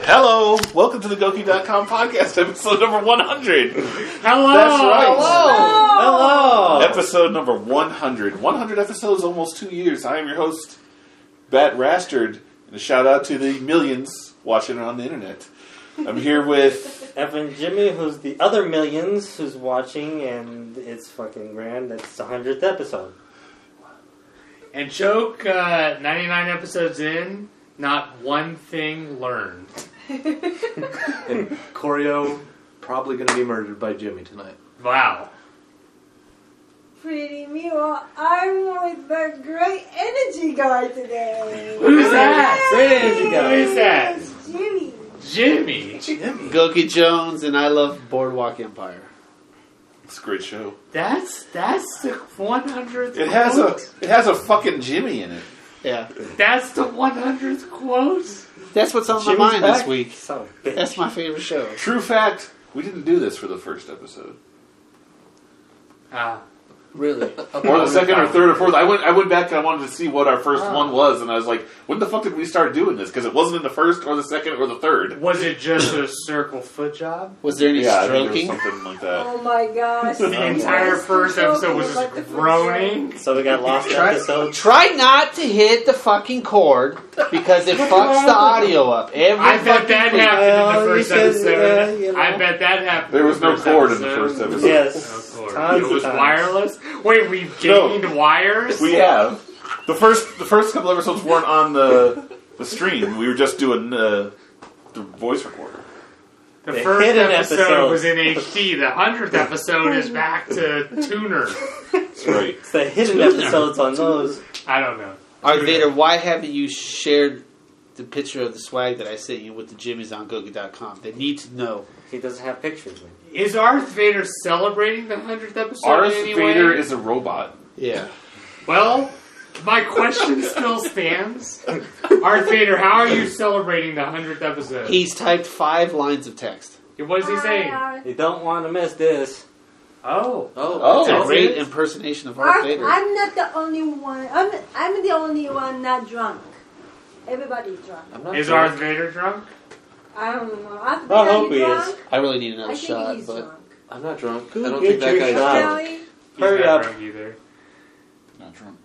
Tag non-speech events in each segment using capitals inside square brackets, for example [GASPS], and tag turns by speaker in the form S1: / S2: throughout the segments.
S1: Hello, welcome to the Goki.com podcast, [LAUGHS] episode number 100.
S2: Hello.
S1: That's
S3: Oh,
S1: right.
S2: Hello.
S1: Episode number 100. 100 episodes, almost two years. I am your host, Bat Rastard, and a shout out to the millions watching it on the internet. I'm here with. [LAUGHS]
S2: Evan Jimmy, who's the other millions who's watching, and it's fucking grand. That's the hundredth episode.
S3: And Choke, uh, 99 episodes in, not one thing learned.
S4: [LAUGHS] And Corio probably going to be murdered by Jimmy tonight.
S3: Wow.
S5: Pretty Mule, I'm with the great energy guy today.
S3: Who's that?
S2: Say it, you
S3: Who is
S2: guys.
S3: that?
S5: It's Jimmy.
S3: Jimmy.
S4: Jimmy.
S6: Goki Jones and I love Boardwalk Empire.
S1: It's a great show.
S3: That's that's the 100th.
S1: It has a
S3: quote.
S1: it has a fucking Jimmy in it.
S6: Yeah,
S3: That's the 100th quote.
S6: that's what's on
S2: Jimmy's
S6: my mind
S2: back.
S6: this week.
S2: Son of a bitch.
S6: That's my favorite show.
S1: True fact, we didn't do this for the first episode,
S3: Ah,
S6: Really,
S1: or the second, or third, or fourth. I went I went back and I wanted to see what our first one was, and I was like, when the fuck did we start doing this? Because it wasn't in the first, or the second, or the third.
S3: was it just a circle foot job?
S6: was there any
S1: Yeah, I think there
S6: stroking?
S1: was something like that.
S5: Oh my gosh.
S3: The entire
S5: Yes,
S3: first
S5: Joe,
S3: episode was
S5: you
S3: just
S5: like the first
S3: groaning.
S2: So we got lost
S6: Try,
S2: episode.
S6: try not to hit the fucking cord because it fucks the audio up. Every
S3: I bet
S6: fucking
S3: that
S6: thing.
S3: happened in
S2: Well,
S3: the
S2: you
S3: first
S2: said,
S3: episode.
S2: uh, you know.
S3: I bet that happened.
S1: There was
S3: in the
S1: no cord in the first
S3: episode.
S1: episode.
S2: Yes.
S3: No cord.
S2: Tons
S1: It
S2: of
S1: was
S2: times.
S3: Wireless? Wait, we
S1: No.
S3: gained wires?
S1: We have the first the first couple episodes weren't on the the stream. We were just doing uh, the voice recorder.
S3: The
S2: The
S3: first
S2: hidden
S3: episode,
S2: episode.
S3: was in HD. The hundredth episode is back to tuner.
S1: That's right.
S2: It's the hidden episodes on those.
S3: I don't know.
S6: Art Vader, why haven't you shared the picture of the swag that I sent you with the Jimmys on Goki.com? They need to know.
S2: He doesn't have pictures. with me.
S3: Is Darth Vader celebrating the hundredth episode
S1: Darth
S3: in any
S1: Vader
S3: way?
S1: is a robot.
S6: Yeah,
S3: well, my question still stands. Darth Vader, how are you celebrating the hundredth episode?
S6: he's typed five lines of text.
S3: what is he saying?
S5: I,
S2: You don't want to miss this. uh,
S3: Oh,
S4: Oh,
S6: It's a
S3: That's
S6: great
S3: it?
S6: impersonation of Art Vader.
S5: I'm not the only one. I'm, I'm the only one not drunk. Everybody's drunk.
S4: I'm not
S3: is
S4: sure.
S3: Darth Vader drunk?
S5: I don't know. I think
S2: I
S5: I'm
S2: hope he
S5: drunk.
S2: is.
S6: I really need another
S5: I
S6: shot,
S5: think he's
S6: but
S5: drunk.
S4: I'm not drunk.
S2: Go
S4: I don't
S2: get
S4: think that
S2: your
S4: guy's
S2: shot.
S4: drunk.
S5: Really?
S3: He's
S2: Hurry
S3: not
S2: up.
S3: drunk either.
S1: Not drunk.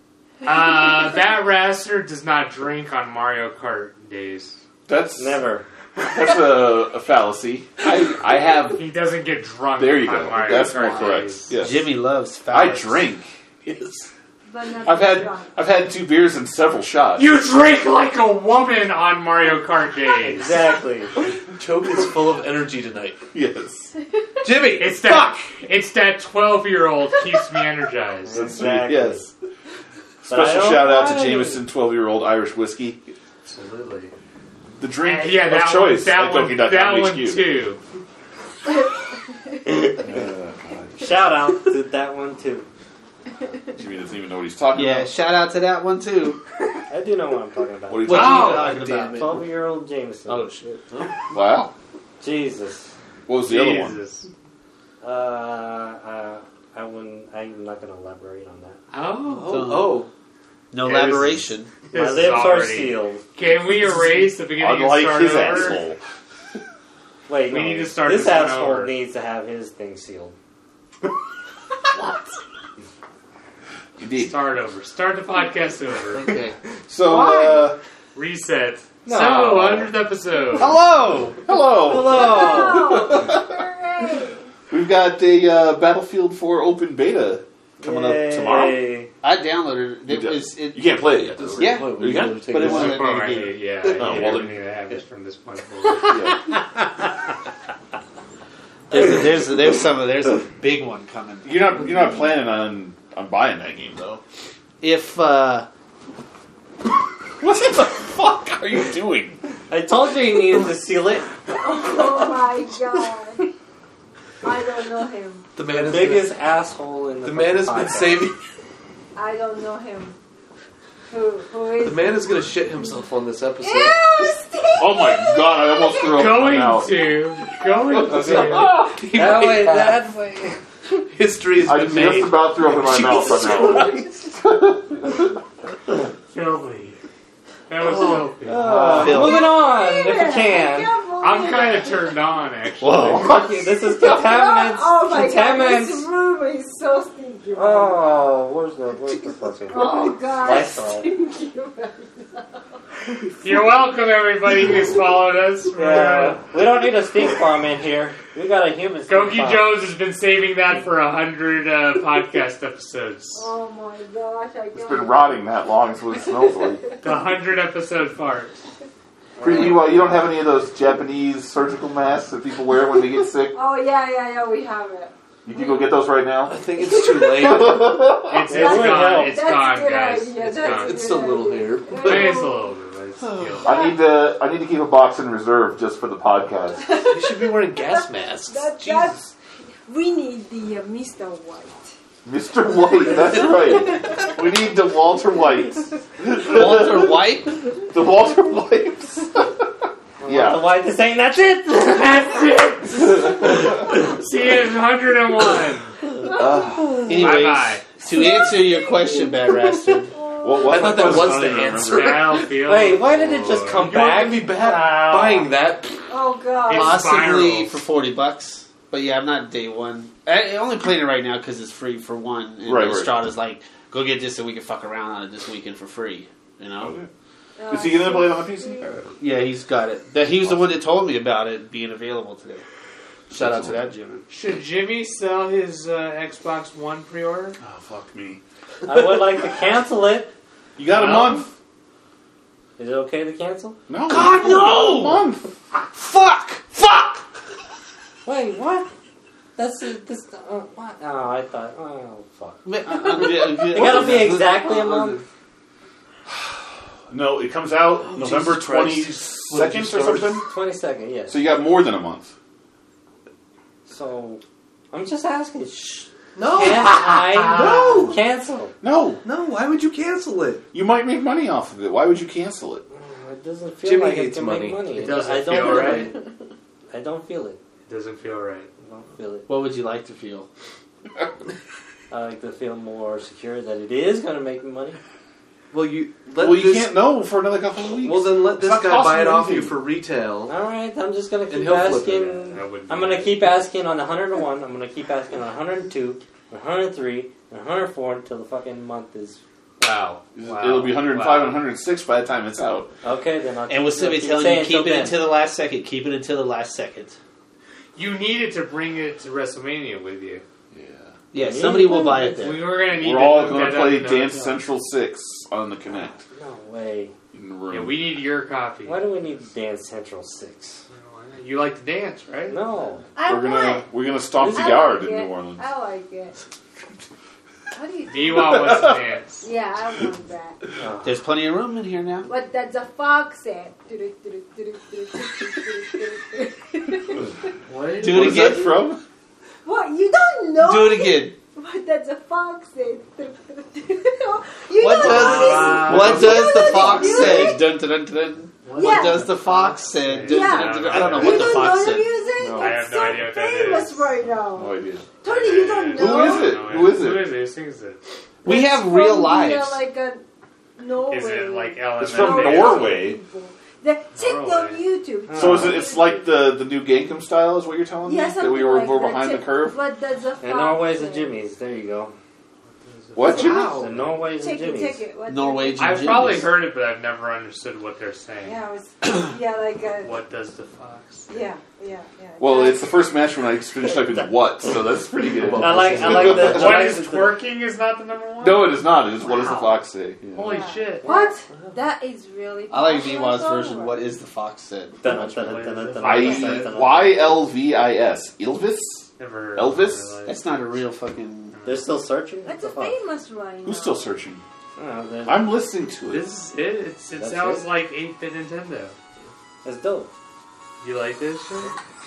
S3: Uh, that raster does not drink on Mario Kart days.
S1: That's
S2: Never.
S1: that's a, a fallacy. I I have.
S3: He doesn't get drunk.
S1: There you
S3: on
S1: go.
S3: Mario
S1: That's more
S3: Kart
S1: correct.
S3: days.
S1: Yes.
S6: Jimmy loves
S1: I
S6: phallics.
S1: drink.
S5: But not
S1: I've had
S5: drunk.
S1: I've had two beers and several shots.
S3: You drink like a woman on Mario Kart days.
S4: [LAUGHS]
S2: Exactly.
S4: Choke is full of energy tonight.
S1: [LAUGHS] yes.
S4: Jimmy!
S3: It's that. It's that twelve-year-old keeps me energized.
S1: That's sweet.
S2: Exactly.
S1: Yes.
S2: But I
S1: Special
S2: don't
S1: shout out to
S2: mind.
S1: Jameson, twelve-year-old Irish whiskey,
S3: Absolutely.
S1: the drink
S3: yeah, that
S1: of choice
S3: one. That
S1: at
S3: one.
S1: Goki.com
S3: That one
S1: HQ.
S3: too.
S2: Shout out to that one too.
S1: Jimmy doesn't even know what he's talking
S6: Yeah,
S1: about.
S6: shout out to that one too.
S2: I do know what I'm talking
S1: What are
S2: about.
S1: you
S6: What
S1: talking
S3: Oh,
S6: are you talking
S4: damn
S6: about?
S4: it.
S2: Twelve-year-old Jameson.
S6: Oh shit!
S1: Wow.
S2: Jesus.
S1: What was the other one?
S3: Jesus.
S2: Uh, uh, I wouldn't. I'm not going to elaborate on that.
S3: Oh.
S4: Oh,
S6: No
S3: Yeah, this is-
S6: elaboration.
S2: My
S3: This is
S2: lips are
S3: already-
S2: sealed.
S3: Can we erase the beginning and
S1: Unlike
S3: start
S1: his
S3: over?
S1: asshole.
S2: Wait,
S3: We
S2: no.
S3: need to start
S2: This
S3: this one
S2: asshole
S3: over.
S2: needs to have his thing sealed.
S1: Indeed.
S3: Start over. Start the podcast over.
S6: Okay.
S1: So,
S6: Why?
S1: uh,
S3: Reset.
S2: No. Oh,
S3: So, hundredth episode.
S6: [LAUGHS] Hello.
S1: hello.
S5: Oh, hooray.
S1: We've got the uh, Battlefield 4 open beta coming
S2: Yay.
S1: up tomorrow.
S6: I downloaded it. It
S1: You
S6: was
S1: You
S6: it.
S1: can't play it yet, though.
S6: Yeah.
S4: Wait,
S1: You
S4: we
S1: got
S4: gotta
S1: it?
S4: take
S6: But it
S4: this
S6: wasn't-
S4: out.
S3: Super Mario, yeah,
S1: Oh,
S3: you
S1: well,
S3: don't
S1: then-
S3: need to have this from this point forward.
S1: [LAUGHS] Yeah.
S6: There's, there's there's some there's a big one coming.
S1: You're not you're not planning on on buying that game though.
S6: If uh,
S1: [LAUGHS] What the fuck are you doing?
S2: I told you he needed to seal it.
S5: Oh my
S3: [LAUGHS]
S5: god. I don't know him.
S4: The
S2: The
S4: man, has been,
S2: biggest asshole in the
S4: the man has
S2: fucking
S4: been
S2: podcast.
S4: saving.
S5: I don't know him. Who, who is
S4: The man is going to shit himself on this episode.
S5: Ew, Steve!
S1: Oh my god! I almost threw up my
S3: Going
S1: mouth.
S3: to.
S1: [LAUGHS]
S3: Going to.
S4: Oh, he
S2: That
S4: might
S2: way,
S4: have.
S2: that way.
S4: History has
S1: I
S4: been made.
S1: just about threw up in my mouth right now.
S3: Filthy. That was filthy.
S2: Uh,
S6: Phil.
S2: moving on, if
S5: David,
S2: we can.
S5: I
S3: I'm kind of turned on, actually.
S6: Whoa.
S2: [LAUGHS] Fuck you, this is contaminants.
S5: Oh my god, this
S2: contaminants.
S5: room is so stinky.
S2: Oh, where's the, where's the fucking...
S5: Oh my god,
S2: Lysol.
S5: [LAUGHS] stinky. right
S3: You're welcome, everybody who's
S1: [LAUGHS]
S3: followed us. Uh,
S2: Yeah, we don't need a stink bomb in here. We got a human stink
S3: Goki
S2: bomb.
S3: Jones has been saving that for a hundred uh, podcast episodes.
S5: Oh my gosh, I
S1: It's
S5: can't.
S1: been rotting that long, so it smells like.
S3: The hundred episode fart.
S1: Pretty, well, you don't have any of those Japanese surgical masks that people wear when they get sick.
S5: Oh yeah, yeah, yeah, we have it.
S1: You can go get those right
S4: I
S1: now.
S4: think it's too late.
S3: It's, it's
S2: That would help.
S3: gone. It's
S5: That's a
S3: gone,
S5: good
S3: guys.
S5: idea.
S3: It's
S5: That's
S3: gone.
S4: It's a little here.
S3: I mean, it's a little bit, [LAUGHS] but it's still-
S1: I need to. I need to keep a box in reserve just for the podcast. [LAUGHS]
S4: You should be wearing gas masks.
S5: That,
S4: Jesus.
S5: that's, we need the uh, Mr. White.
S1: Mr. White, that's right. We need the Walter Whites.
S6: Walter White?
S1: [LAUGHS] The Walter Whites. [LAUGHS]
S2: The
S1: yeah.
S2: white is saying that's it. that's it.
S1: [LAUGHS]
S3: See, it's 101.
S6: Anyways,
S3: Bye-bye.
S6: to answer your question, Bad Rastard,
S1: What, what
S4: I thought that
S1: question?
S4: was
S1: I don't
S4: the
S1: even remember.
S4: answer.
S3: Battlefield.
S2: Wait, why did it just come
S4: You want
S2: back?
S4: me back
S3: Wow.
S2: [LAUGHS]
S4: [LAUGHS] buying that?
S5: Oh god.
S3: It's-
S6: possibly
S3: spirals.
S6: for 40 bucks. But yeah, I'm not day one. I I only played it right now because it's free for one. And
S1: Right, right.
S6: Estrada's like, go get this and we can fuck around on it this weekend for free. You know?
S1: Okay.
S5: Uh,
S1: Is he gonna play it on
S5: Mm.
S1: PC?
S4: Oh,
S6: Yeah, he's got it. That he was the one that told me about it being available today. Shout out to that, Jim.
S3: Should Jimmy sell his uh, Xbox One pre-order?
S1: Oh fuck me!
S2: I would like to cancel it.
S1: You got a
S3: Well,
S1: month?
S2: Is it okay to cancel?
S1: No.
S6: God, no!
S1: A month.
S6: Fuck! Fuck!
S2: Wait, what? That's this. Uh, what? Oh, I thought. Oh, fuck.
S6: it [LAUGHS]
S2: It gotta be exactly a month.
S1: No, it comes out November
S4: Jesus Christ.
S1: twenty
S4: When did
S1: second
S4: you
S1: or
S4: start?
S1: something.
S2: Twenty second. Yes.
S1: So you got more than a month.
S2: So, I'm just asking. Shh. Can [LAUGHS]
S4: No,
S2: I
S4: No.
S2: cancel?
S1: No,
S4: no. Why would you cancel it?
S1: you might make money off of it. Why would you cancel it?
S2: Oh, It doesn't feel
S4: Jimmy
S2: like
S4: hates
S2: it can
S4: money.
S2: make money.
S3: It doesn't
S2: I don't
S3: feel
S2: it. [LAUGHS] I don't feel it.
S3: It doesn't feel right.
S2: I don't feel it.
S6: What would you like to feel?
S2: I like to feel more secure that it is going to make me money.
S4: Well, you let
S1: Well, you
S4: this-
S1: can't know for another couple of weeks.
S4: Well, then let
S1: It's
S4: this
S1: not
S4: guy
S1: costing
S4: buy it off
S1: anything.
S4: you for retail.
S2: All right, I'm just going to
S4: And
S2: keep
S4: he'll flip it.
S2: asking.
S3: That would be-
S2: Uh, I'm going to keep asking on the 101. I'm going to keep asking on 102, 103, and 104 until the fucking month is.
S3: Wow. wow.
S1: It'll be 105
S3: wow.
S1: and 106 by the time it's out.
S2: Okay, then I'll
S6: And with somebody
S2: keep
S6: telling you
S2: saying
S6: keep
S2: till
S6: it
S2: then.
S6: until the last second, keep it until the last second.
S3: You needed to bring it to WrestleMania with you.
S1: Yeah.
S6: Yeah,
S2: Yeah.
S6: somebody will buy it
S3: We
S6: there.
S3: were gonna need.
S1: We're all
S3: going
S1: play
S3: to move that up another
S1: Dance
S3: time.
S1: Central 6 on the Connect
S2: No way.
S1: in the room.
S3: Yeah, we need your copy.
S2: Why do we need Dance Central 6?
S3: You like to dance, right?
S2: No.
S5: I
S1: are gonna
S5: want.
S1: we're gonna stomp the
S5: I
S1: yard
S5: like
S1: in
S5: it.
S1: New Orleans.
S5: I like it. What do you do?
S3: D-Wall wants to
S5: [LAUGHS]
S3: dance.
S5: Yeah, I want that.
S2: Oh.
S6: There's plenty of room in here now.
S5: What does the fox say? what
S3: What is
S6: Do it
S1: Where's that
S6: again.
S1: from?
S5: you don't know?
S6: Do it again.
S5: What does the fox say? you
S6: What does-
S5: don't know
S3: Uh,
S6: What does the
S5: no,
S6: fox
S5: no,
S6: say? Dun, dun, dun, dun, dun. What
S5: Yeah.
S6: does the fox say? Dun,
S5: Yeah.
S6: dun, dun, dun. I don't know
S5: this?
S6: what
S5: You
S6: the
S5: don't
S6: fox
S5: know the
S6: said.
S5: music?
S1: No,
S5: it's
S1: I
S3: have no
S5: so
S3: idea what that
S5: famous
S3: is.
S5: right now.
S1: No idea.
S5: Tony, you don't know.
S1: Who is it? Who is it?
S3: Who is it? Who sings it?
S6: We
S5: It's
S6: have
S5: from
S6: real
S5: here,
S6: lives.
S5: like a Norway.
S3: Is it like Ellen?
S1: It's from
S3: and Dave?
S1: Norway.
S5: The, check
S3: Norway.
S5: on YouTube.
S1: So is it, it's like the the new Gangnam style is what you're telling
S5: yeah,
S1: me that we were
S5: something
S1: more
S5: like
S1: behind
S5: that.
S1: the curve.
S5: What does the fox
S2: And Norway's and
S5: say?
S2: Jimmy's. There you go.
S1: What Jimmy?
S2: The Norway's and
S5: Check it,
S2: Jimmy's.
S5: check it. What
S6: Norwegian
S3: I've
S6: Jimmy's.
S3: probably heard it, but I've never understood what they're saying.
S5: Yeah, it was, yeah, like a,
S3: What does the fox?
S5: yeah, yeah, yeah.
S1: Well, it's the first match when I finished typing what, so that's pretty good.
S2: I like, I like the.
S3: What
S2: I like
S3: is
S2: the-
S3: twerking? Is not the number one.
S1: [LAUGHS] No, it is not. It is what does the
S3: Wow.
S1: fox say? Yeah.
S3: Holy shit!
S5: What? That is really.
S6: I like
S5: popular
S6: D-Waz's
S5: song.
S6: version. What is the fox said?
S2: Dun, dun, dun, dun, dun, dun,
S1: I
S2: dun, dun.
S1: Y L V I S Ilvis.
S3: Never heard of
S1: Elvis?
S3: it, really.
S6: That's not a real fucking.
S2: They're still searching.
S5: That's a
S2: What the fuck?
S5: famous right now.
S1: Who's still searching?
S2: Oh, there's-
S1: I'm listening to it.
S3: This is it. It's, it
S2: That's
S3: sounds
S2: it?
S3: like 8-bit Nintendo.
S2: That's dope.
S3: You like this shit?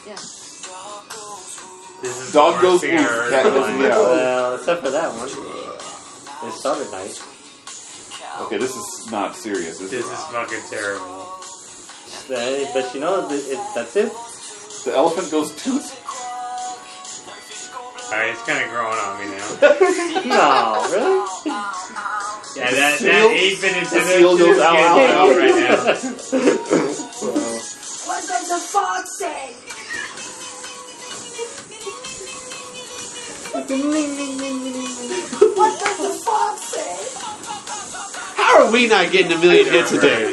S5: Yeah.
S3: This is
S1: Dog
S3: our
S1: goes
S3: singer.
S1: woof, cat goes
S3: Like,
S1: meow.
S2: Well, except for that one. It started nice.
S1: Okay, this is not serious. This
S3: This
S1: is
S3: is fucking terrible.
S2: Uh, But you know, th- it, that's it. [LAUGHS]
S1: the elephant goes toot. [LAUGHS]
S3: Alright, it's kind of growing on me now.
S2: No, really?
S3: Yeah, that,
S1: Seal-
S3: that even into
S1: the
S3: those
S1: seal
S3: two
S1: goes
S3: skins
S1: out, out,
S5: out.
S3: out right now.
S5: What does the fog
S1: [LAUGHS]
S5: say? What does the fog say?
S6: How are we not getting a million hits a
S3: [LAUGHS]
S6: day?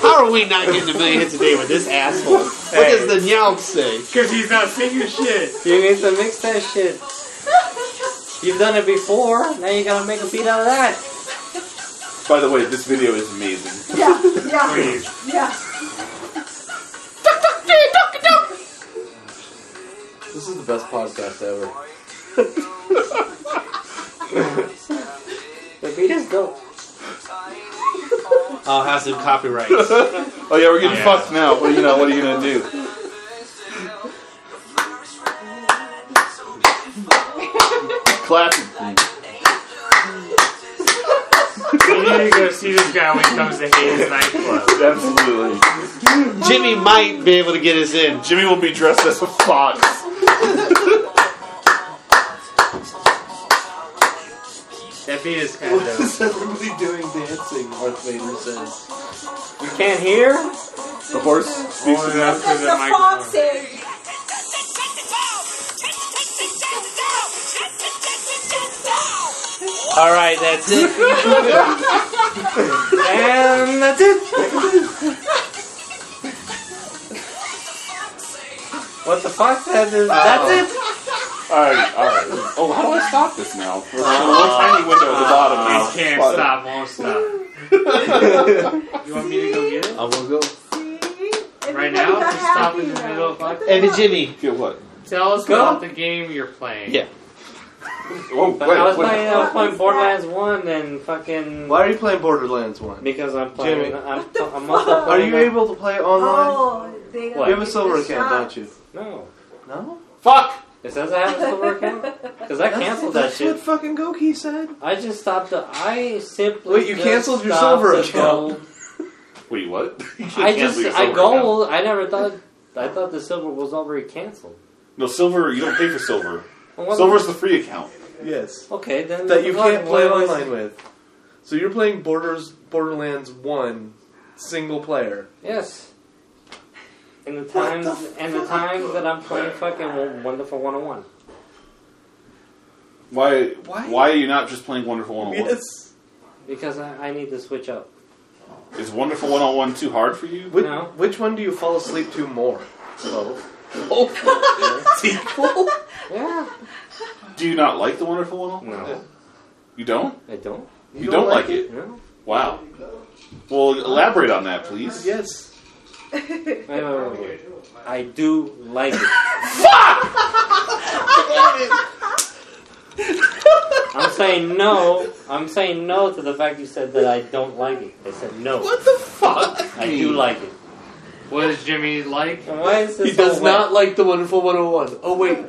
S6: How are we not getting a million hits a day with this asshole? What does the Nyalk say?
S3: Because he's not singing shit.
S2: You need to mix that shit. You've done it before. Now you gotta make a beat out of that.
S1: By the way, this video is amazing.
S5: Yeah, yeah,
S3: Please.
S5: yeah.
S4: This is the best podcast ever.
S2: [LAUGHS] The beat is dope.
S6: I'll have some copyrights.
S1: Oh yeah, we're getting
S3: Yeah.
S1: fucked now. Well, you know, what are you gonna do? Clapping.
S3: You need to go see this guy when he comes to Hayes nightclub.
S1: Absolutely.
S6: Jimmy might be able to get us in.
S1: Jimmy will be dressed as a fox.
S3: That beat is kind of
S4: What
S3: dope.
S4: is everybody doing dancing? Darth Vader says.
S2: You can't hear?
S1: The horse speaks to
S3: Only
S1: him.
S3: enough
S5: What
S3: for
S5: does
S3: the
S5: the fog
S3: microphone.
S5: say?
S6: All right, that's [LAUGHS] it.
S2: And that's it. What the fuck says is
S4: Uh,
S2: that's it.
S1: Alright, alright. Oh, how do I stop this now? There's a little tiny window at the bottom now.
S3: We can't
S1: Spot it.
S3: stop, won't stop.
S2: [LAUGHS]
S3: you want me to go get it?
S6: I will go.
S3: Right now? Just stop in the middle of podcast?
S6: And Jimmy.
S1: Get what?
S3: Tell us
S2: Go.
S3: about the game you're playing.
S6: Yeah.
S1: Oh, wait,
S2: I was
S1: wait.
S2: playing, I was playing
S5: What was
S2: Borderlands 1 and fucking.
S4: Why are you playing Borderlands 1?
S2: Because I'm playing.
S4: Jimmy.
S2: I'm, I'm
S5: fuck?
S2: also
S4: Are
S2: playing.
S4: you able to play online?
S5: Oh, they
S2: What?
S4: You have a silver account, don't you?
S2: No.
S4: No?
S1: Fuck!
S2: It says I have a silver
S4: [LAUGHS]
S2: account? Because I
S4: That's-
S2: canceled that
S4: that's
S2: shit.
S4: what fucking Goki said.
S2: I just stopped the. I simply.
S4: Wait, you
S2: just
S4: canceled your
S2: stopped
S4: silver
S2: the
S4: account.
S2: gold.
S1: Wait, [LAUGHS] what? You
S2: I
S1: can't
S2: just.
S1: leave
S2: I
S1: silver right now.
S2: gold. I never thought. I thought the silver was already canceled.
S1: No, silver, you don't pay for silver.
S2: Well, what-
S1: Silver's the free account.
S4: Yes.
S2: Okay, then.
S4: That you
S2: fuck,
S4: can't
S2: why
S4: play
S2: was-
S4: online with. So you're playing Borders Borderlands 1 single player.
S2: Yes. In the times and the times that I'm playing fucking Wonderful 101.
S1: Why,
S4: Why?
S1: why? are you not just playing Wonderful 101?
S4: Yes.
S2: Because I, I need to switch up.
S1: Is Wonderful 101 too hard for you?
S4: Which, [LAUGHS]
S2: No.
S4: which one do you fall asleep to more? Both.
S2: Yeah.
S1: Do you not like the Wonderful 101?
S2: No.
S1: You don't?
S2: I don't.
S1: You, don't, like it?
S2: No.
S1: Wow. Well, elaborate on that, please.
S4: Yes.
S2: Wait, wait, wait, wait. Oh, I do like it. I'm saying no. I'm saying no to the fact you said that I don't like it. I said no. What the
S4: [LAUGHS]
S2: fuck? I do like it.
S3: What does Jimmy like?
S2: And why is this
S4: He does
S2: all wet?
S4: not like the Wonderful 101. Oh, wait.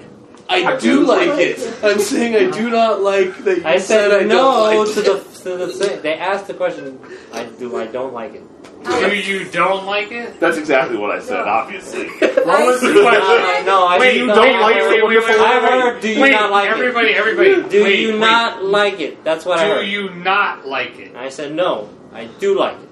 S4: I, do, like it. I'm saying I do not like that you
S2: I said,
S4: said I
S2: no
S4: don't like
S2: to
S4: it.
S2: the to the thing. They asked the question. I do. I don't like it.
S3: Do you don't like it?
S1: That's exactly what I said, obviously.
S3: What was the
S2: Uh,
S3: question?
S2: no, I
S3: Wait,
S2: do
S3: you
S2: not
S3: don't like
S2: it.
S3: the Wonderful
S2: I
S3: Wonderful?
S2: heard, do you
S3: wait,
S2: not like
S3: everybody,
S2: it?
S3: everybody.
S2: Do
S3: wait,
S2: you
S3: wait.
S2: not like it? That's what I
S3: Do
S2: heard.
S3: you not like it?
S2: And I said no. I do like it.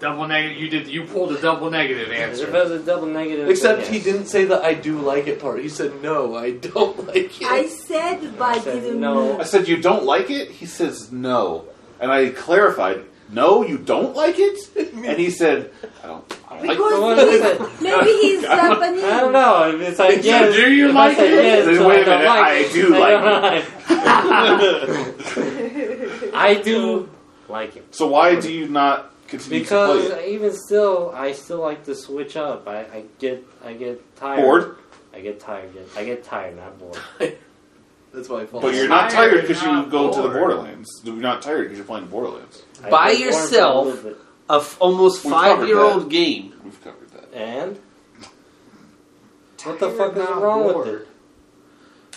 S3: Double negative. You did. You pulled a double negative
S2: As if it
S3: answer.
S2: was a double negative.
S4: Except
S2: then
S4: he
S2: yes.
S4: didn't say the I do like it part. He said no, I don't [LAUGHS] like it.
S5: I said, but I
S2: said
S5: didn't
S2: no.
S1: I said, You don't like it? He says, No. And I clarified, No, you don't like
S4: [LAUGHS]
S1: it? And he said, I don't, I don't like it.
S2: So
S5: Because
S2: what is it?
S5: [LAUGHS] maybe he's Japanese.
S2: I don't know. If it's like
S3: So
S2: yes,
S3: do you
S2: if
S3: like
S2: I said
S3: it?
S2: Yes,
S1: Then
S2: so
S1: wait
S2: I
S1: a
S2: don't
S1: minute,
S2: Like
S1: I
S2: it. [LAUGHS]
S1: do like
S2: don't like it. I do like it
S1: So why do you not continue to
S2: because
S1: play it?
S2: even still, I still like to switch up. I, I get I get tired.
S1: Bored?
S2: I get tired. Yes. I get tired, not bored.
S4: That's why I fall
S1: But you're
S4: asleep.
S1: not
S3: Tired,
S1: tired because you
S3: not
S1: go to the
S3: bored.
S1: Borderlands. You're not tired because you're playing Borderlands.
S2: I
S6: By
S2: get bored for a
S6: yourself.
S2: little bit.
S6: A f- almost
S1: We covered
S6: five year old game.
S1: We've covered that.
S2: and what the fuck is wrong with it?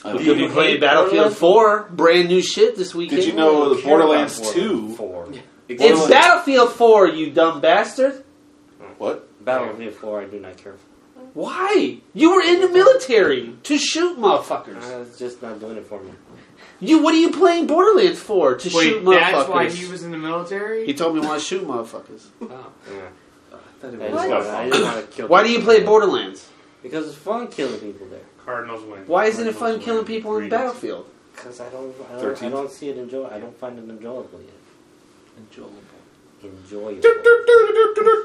S1: I
S6: You'll be
S1: don't-
S2: hate
S6: playing Battlefield
S2: Borderlands?
S6: 4. Brand new shit this weekend.
S1: Did you know the
S2: I don't care about
S1: Borderlands
S2: Borderlands
S1: 2?
S2: Four.
S6: It's
S1: Borderlands-
S6: Battlefield 4, you dumb bastard.
S1: What?
S2: Battlefield Four. I do not care. for.
S6: Why? You were in the military to shoot motherfuckers.
S2: Uh, It's just not doing it for me.
S6: You, what are you playing Borderlands for? To
S3: Wait,
S6: shoot motherfuckers.
S3: that's why he was in the military?
S6: He told me why to shoot motherfuckers.
S2: Oh, yeah.
S6: I thought it
S2: I
S6: was-
S2: just
S1: What?
S2: wanna- I just want to kill.
S6: Why do you
S2: people.
S6: play Borderlands?
S2: Because it's fun killing people there.
S3: Cardinals win.
S6: Why isn't
S3: Cardinals
S6: it fun
S3: win.
S6: killing people in
S3: Greetings.
S6: Battlefield?
S2: Because I don't, I don't, I
S1: Thirteenth.
S2: don't see it enjoy. I don't find it enjoyable yet. Enjoyable.
S6: [LAUGHS]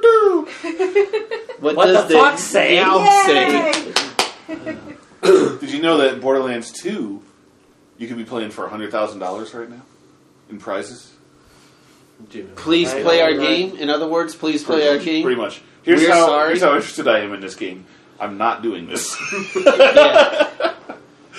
S6: What,
S2: What
S6: does
S2: the fuck, say?
S6: meow
S5: Yay!
S6: say?
S1: Did you know that in Borderlands 2, you could be playing for $100,000 right now in prizes?
S6: Please
S2: Right,
S6: play our
S2: right.
S6: game. In other words, please play our game.
S1: Pretty much. Here's
S6: We're
S1: how,
S6: sorry.
S1: here's how interested I am in this game. I'm not doing this. [LAUGHS]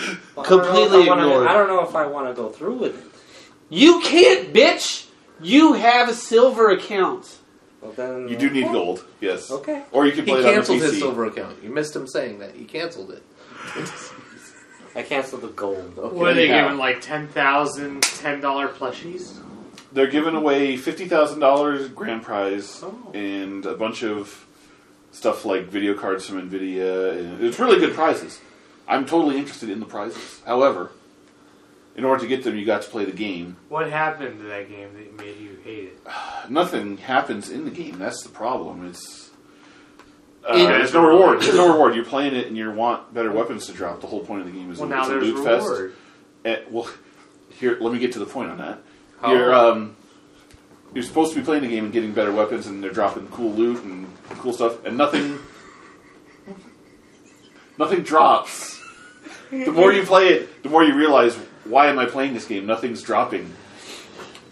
S6: Yeah.
S2: But I don't know if
S6: Completely
S2: I wanna-
S6: ignored.
S2: I don't know if I want to go through with it.
S6: [LAUGHS] You can't, bitch. You have a silver account.
S2: Well, then
S1: you do need gold, yes.
S2: Okay.
S1: Or you can
S4: He
S1: play it on the
S4: canceled
S1: PC.
S4: his silver account. You missed him saying that. He canceled it.
S2: I canceled the gold. Okay.
S3: What are they
S1: Yeah.
S3: giving, like 10,000 $10 plushies?
S1: They're giving away fifty thousand dollars grand prize
S3: Oh.
S1: and a bunch of stuff like video cards from Nvidia. And it's really good prizes. I'm totally interested in the prizes. However, in order to get them, you got to play the game.
S3: What happened to that game that made you hate it?
S1: Nothing happens in the game. That's the problem. It's uh,
S6: In-
S1: there's no reward. There's no reward. You're playing it, and you want better weapons to drop. The whole point of the game is
S3: Well,
S1: it's
S3: now
S1: a
S3: there's
S1: loot fest.
S3: reward.
S1: Eh, well, here, let me get to the point on that.
S4: How?
S1: You're um, you're supposed to be playing the game and getting better weapons, and they're dropping cool loot and cool stuff, and nothing, nothing drops. The more you play it, the more you realize why am I playing this game? Nothing's dropping.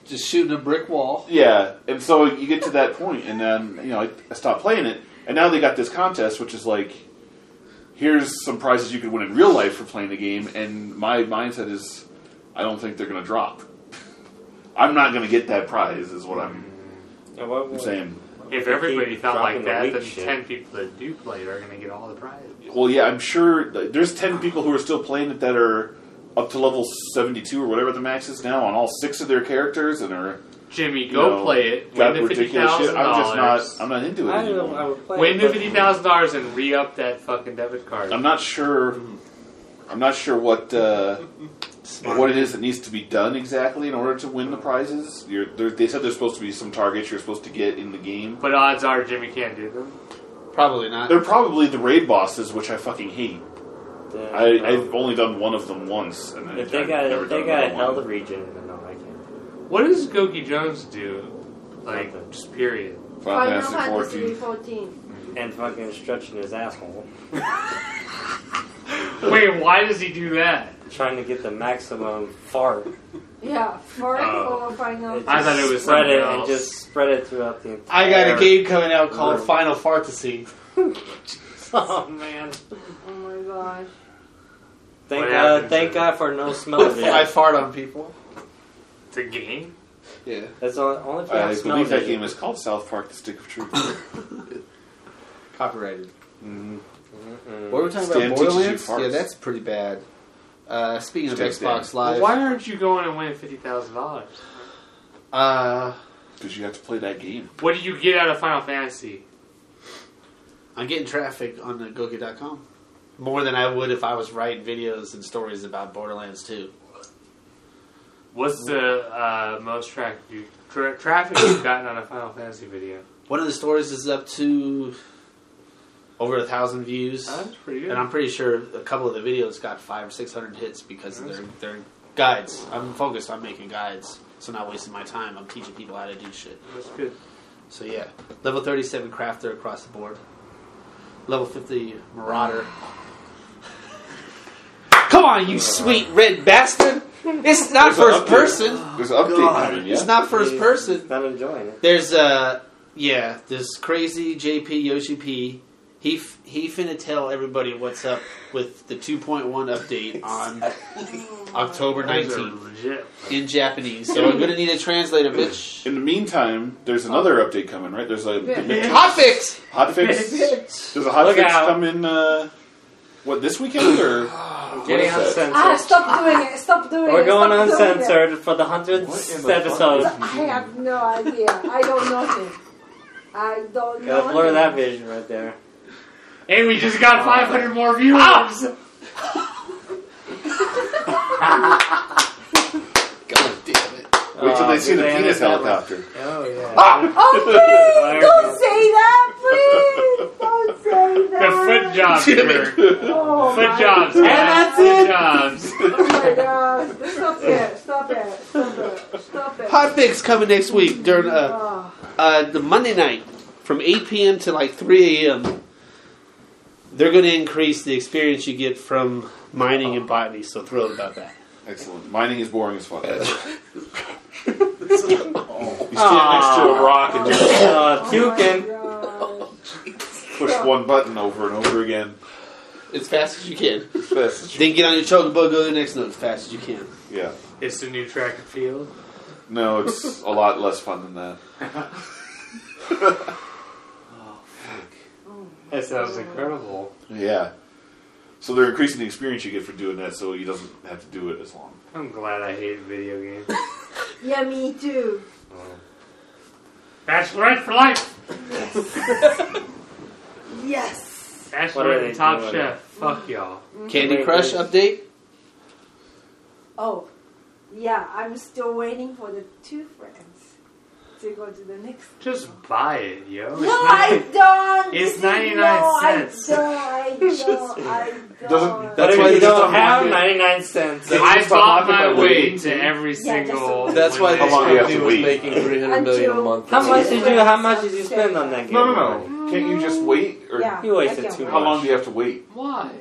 S6: Just shooting a brick wall.
S1: Yeah, and so you get to that point, and then you know I, I stopped playing it, and now they got this contest, which is like, here's some prizes you could win in real life for playing the game, and my mindset is, I don't think they're going to drop. I'm not going to get that prize, is what I'm
S2: Now, what- what-
S1: saying.
S3: If
S2: They
S3: everybody
S2: keep
S3: felt
S2: dropping
S3: like
S2: the
S3: that,
S2: weak
S3: then
S2: shit.
S3: 10 people that do play it are going to get all the prizes.
S1: Well, yeah, I'm sure like, there's ten people who are still playing it that are up to level 72 or whatever the max is now on all six of their characters, and are
S3: Jimmy,
S1: you
S3: go
S1: know,
S3: play it.
S1: got
S3: Win the fifty
S1: ridiculous shit.
S3: thousand
S1: I'm just not.
S3: dollars.
S1: I'm not into it
S2: I don't know.
S1: anymore.
S2: I would play.
S3: Win
S2: it,
S3: the
S2: but-
S3: fifty thousand dollars and re-up that fucking debit card.
S1: I'm not sure. I'm not sure what uh, what it is that needs to be done exactly in order to win the prizes. You're, there- they said there's supposed to be some targets you're supposed to get in the game.
S3: but odds are Jimmy can't do them.
S6: Probably not.
S1: They're probably the raid bosses, which I fucking hate.
S2: Yeah,
S1: I,
S2: no.
S1: I've only done one of them once, and
S2: if
S1: I've
S2: they got
S1: never
S2: if they
S1: done
S2: got a
S1: another one.
S2: hell the region, then no, I can't.
S3: What does Goki Jones do? Like
S2: Nothing.
S3: just period.
S1: Final
S5: Final
S1: Fantasy 14.
S5: Fantasy 14.
S2: And fucking stretching his asshole,
S3: Wait, why does he do that?
S2: trying to get the maximum fart.
S5: Yeah, for
S3: Oh.
S5: or Final
S3: I thought it was
S2: spread
S3: something
S2: it and
S3: else.
S2: just spread it throughout the. Entire...
S6: I got a game coming out called Final Fantasy.
S2: Oh man!
S5: Oh my gosh.
S2: Thank
S3: What
S2: God!
S3: happened
S2: Uh, Thank
S3: to-
S2: God for
S1: [LAUGHS]
S2: no smell
S6: [LAUGHS] I
S2: vision.
S6: fart on people.
S3: It's a game.
S6: Yeah.
S2: That's all, only if you
S1: I
S2: have smell
S1: believe that
S2: vision.
S1: game is called South Park: The Stick of Truth.
S6: Copyrighted.
S1: Mhm.
S2: Mm-mm.
S6: What were we talking
S1: Stan
S6: about?
S1: teaches you
S6: Borderlands?
S1: farts.
S6: Yeah, that's pretty bad. Uh, speaking of
S1: Stan,
S6: Xbox
S1: Stan.
S6: Live,
S3: Why aren't you going and winning fifty thousand dollars?
S6: uh,
S1: Because you have to play that game.
S3: What do you get out of Final Fantasy?
S6: I'm getting traffic on the Goku.com more than I would if I was writing videos and stories about Borderlands 2.
S3: What's the uh, most track you, tra- traffic you've gotten on a Final Fantasy video?
S6: One of the stories is up to over a thousand views,
S3: Oh, that's pretty good.
S6: and I'm pretty sure a couple of the videos got five or six hundred hits because of their their guides. I'm focused on making guides, so I'm not wasting my time. I'm teaching people how to do shit.
S3: That's good.
S6: So yeah, level 37 crafter across the board. Level 50 marauder. Come on, you sweet red bastard! It's not
S1: There's an
S6: first
S1: update.
S6: person.
S1: There's an update coming. Yeah?
S6: It's not first
S2: He's
S6: person.
S2: Not enjoying it.
S6: There's uh yeah, this crazy JP Yoshi P. He f- he finna tell everybody what's up with the 2.1 update on October
S3: Those are
S6: 19th
S3: legit.
S6: in Japanese. So I'm gonna need a translator,
S1: [LAUGHS]
S6: bitch.
S1: In the meantime, there's another update coming, right? There's a
S5: Yeah.
S6: Hotfix.
S1: [LAUGHS] hotfix. Does a hot
S2: Look
S1: fix
S2: out.
S1: come in? Uh, what this weekend or what
S2: Getting
S1: is that?
S2: uncensored.
S5: Ah, stop doing it. Stop doing it.
S2: We're going
S5: stop doing it.
S2: uncensored for the
S1: What in
S2: hundredth
S1: the
S2: episode.
S1: fuck
S5: I have no idea. I don't know him. I don't know.
S2: Gotta blur
S5: him.
S2: that vision right there.
S3: Hey, we just got Ah! [LAUGHS] 500 more viewers.
S1: [GASPS] Wait till
S6: Uh,
S1: they see the
S6: they
S1: penis
S6: understand
S1: helicopter. Ah!
S6: Oh
S1: [LAUGHS]
S6: yeah.
S3: [LAUGHS]
S5: Oh please, don't say that, please, don't say
S3: [LAUGHS] The
S5: that.
S3: foot jobs. here.
S5: Oh,
S3: Foot
S5: my
S3: jobs.
S5: God.
S3: guys. Foot jobs.
S5: Oh my God! Stop it! Stop it! Stop it! Stop it!
S6: Hot Fix coming next week during uh,
S5: Oh,
S6: uh, the Monday night from 8 p.m. to like 3 a.m. They're going to increase the experience you get from mining and botany, so thrilled about that.
S1: Excellent. Mining is boring as [LAUGHS] fuck. You stand
S2: Aw.
S1: next to a rock and just
S2: Uh,
S5: oh my
S2: puking.
S5: God.
S1: push one button over and over again.
S6: As fast as you can.
S1: It's best.
S6: Then get on your chocobo, go to the next note as fast as you can.
S1: Yeah.
S3: It's the new track and field.
S1: No, it's a lot less fun than that.
S3: That sounds incredible.
S1: Yeah. So they're increasing the experience you get for doing that, so he doesn't have to do it as long.
S3: I'm glad I hate video games.
S5: Yeah, me too.
S3: Bachelorette for life.
S5: Yes.
S2: What are
S3: Bachelorette
S2: they
S3: and Top
S2: doing?
S3: Chef. Fuck y'all.
S6: Candy
S2: Wait,
S6: Crush
S2: wait.
S6: update?
S5: Oh, yeah. I'm still waiting for the two friends to go to the next.
S3: Just buy it, yo.
S5: No, I don't.
S3: It's
S5: See,
S3: 99
S5: no,
S3: cents.
S5: I
S3: [LAUGHS]
S5: don't. I don't. I don't.
S1: That's
S2: That's
S1: why
S2: why
S1: they just
S2: you don't
S1: don't
S2: have
S1: market.
S2: 99 cents.
S1: They
S3: [LAUGHS] I
S1: just
S3: bought
S1: unlock it
S3: my
S1: by
S3: way
S1: waiting.
S3: to every
S5: Yeah, just
S3: single.
S5: a-
S4: That's why
S3: one
S4: this
S1: How long do
S3: day.
S1: you have to
S4: company was
S1: wait?
S4: making three hundred million a month.
S2: How much did you? How much did you spend on that game?
S3: No, no, no.
S1: Can't you just wait? Or
S5: Yeah,
S2: You wasted
S5: I can't
S2: two
S5: wait.
S1: How long do you have to wait?
S3: Why?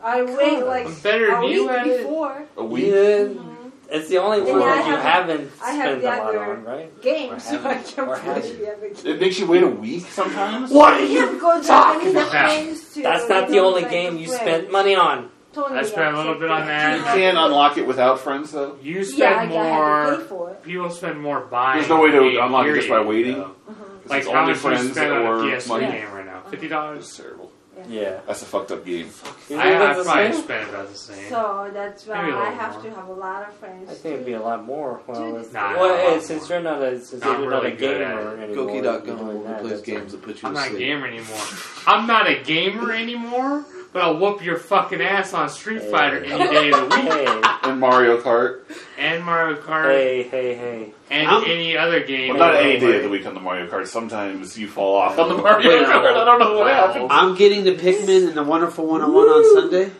S5: I wait like
S3: I'm better
S5: a
S3: than you
S5: week
S3: at it.
S5: before
S1: A week?
S2: Yeah,
S5: Mhm.
S2: it's the only
S5: And
S2: one
S5: I
S2: that you
S5: have-
S2: haven't
S5: I have
S2: spent
S5: the
S2: a lot
S5: other-
S2: on, right?
S5: game, [LAUGHS] so I
S2: Or
S5: can't
S2: have
S5: play the other game.
S1: It makes you wait a week sometimes?
S5: What are you
S2: [LAUGHS]
S5: talking
S3: about?
S5: To,
S2: That's not the only game you spent money on.
S5: Tony,
S3: I spent a little bit on that.
S1: You can unlock it without friends, though?
S3: You spend
S5: Yeah, I got- I had to pay
S3: more.
S5: for it.
S3: People spend more buying.
S1: There's no way to
S3: than
S1: unlock it just by
S3: period,
S1: waiting?
S3: though.
S5: Uh-huh.
S1: 'Cause
S3: Like
S1: it's
S3: how
S1: only
S3: much you
S1: friends
S3: spend on a
S1: or
S3: PS3
S1: money.
S3: game right now? Fifty
S1: That's
S3: dollars.
S1: terrible.
S2: Yeah.
S1: That's a fucked up game.
S3: I, I probably spent about the same.
S5: So that's why
S3: Maybe a
S5: I
S3: little
S5: have
S3: more.
S5: to have a lot of friends.
S2: I think it'd
S5: to-
S2: be a lot more. Well,
S5: Dude,
S2: it's-
S3: Nah,
S2: well,
S3: not a lot
S2: eh, since
S3: more.
S2: you're not a since
S3: Not
S2: you're
S3: really
S2: not a
S3: good at
S2: gamer anymore,
S4: Goki.com
S2: doing
S4: will
S2: that,
S4: replace
S2: that's
S4: games that put you
S3: I'm
S4: to
S3: not a
S4: sleep.
S3: gamer anymore. I'm not a gamer anymore. But I'll whoop your fucking ass on Street Fighter
S2: Hey.
S3: any day of the
S5: [LAUGHS]
S3: week, [LAUGHS]
S2: [LAUGHS] Hey,
S1: And Mario Kart.
S3: and Mario Kart,
S2: hey, hey, hey!
S3: and
S6: I'm-
S3: any other game.
S1: Well, not
S3: that I
S1: any day of
S3: play.
S1: the week on the Mario Kart. Sometimes you fall off on the Mario Kart. I don't know what
S3: Wow.
S1: happened.
S6: I'm getting the Pikmin and the Wonderful 101 on Sunday.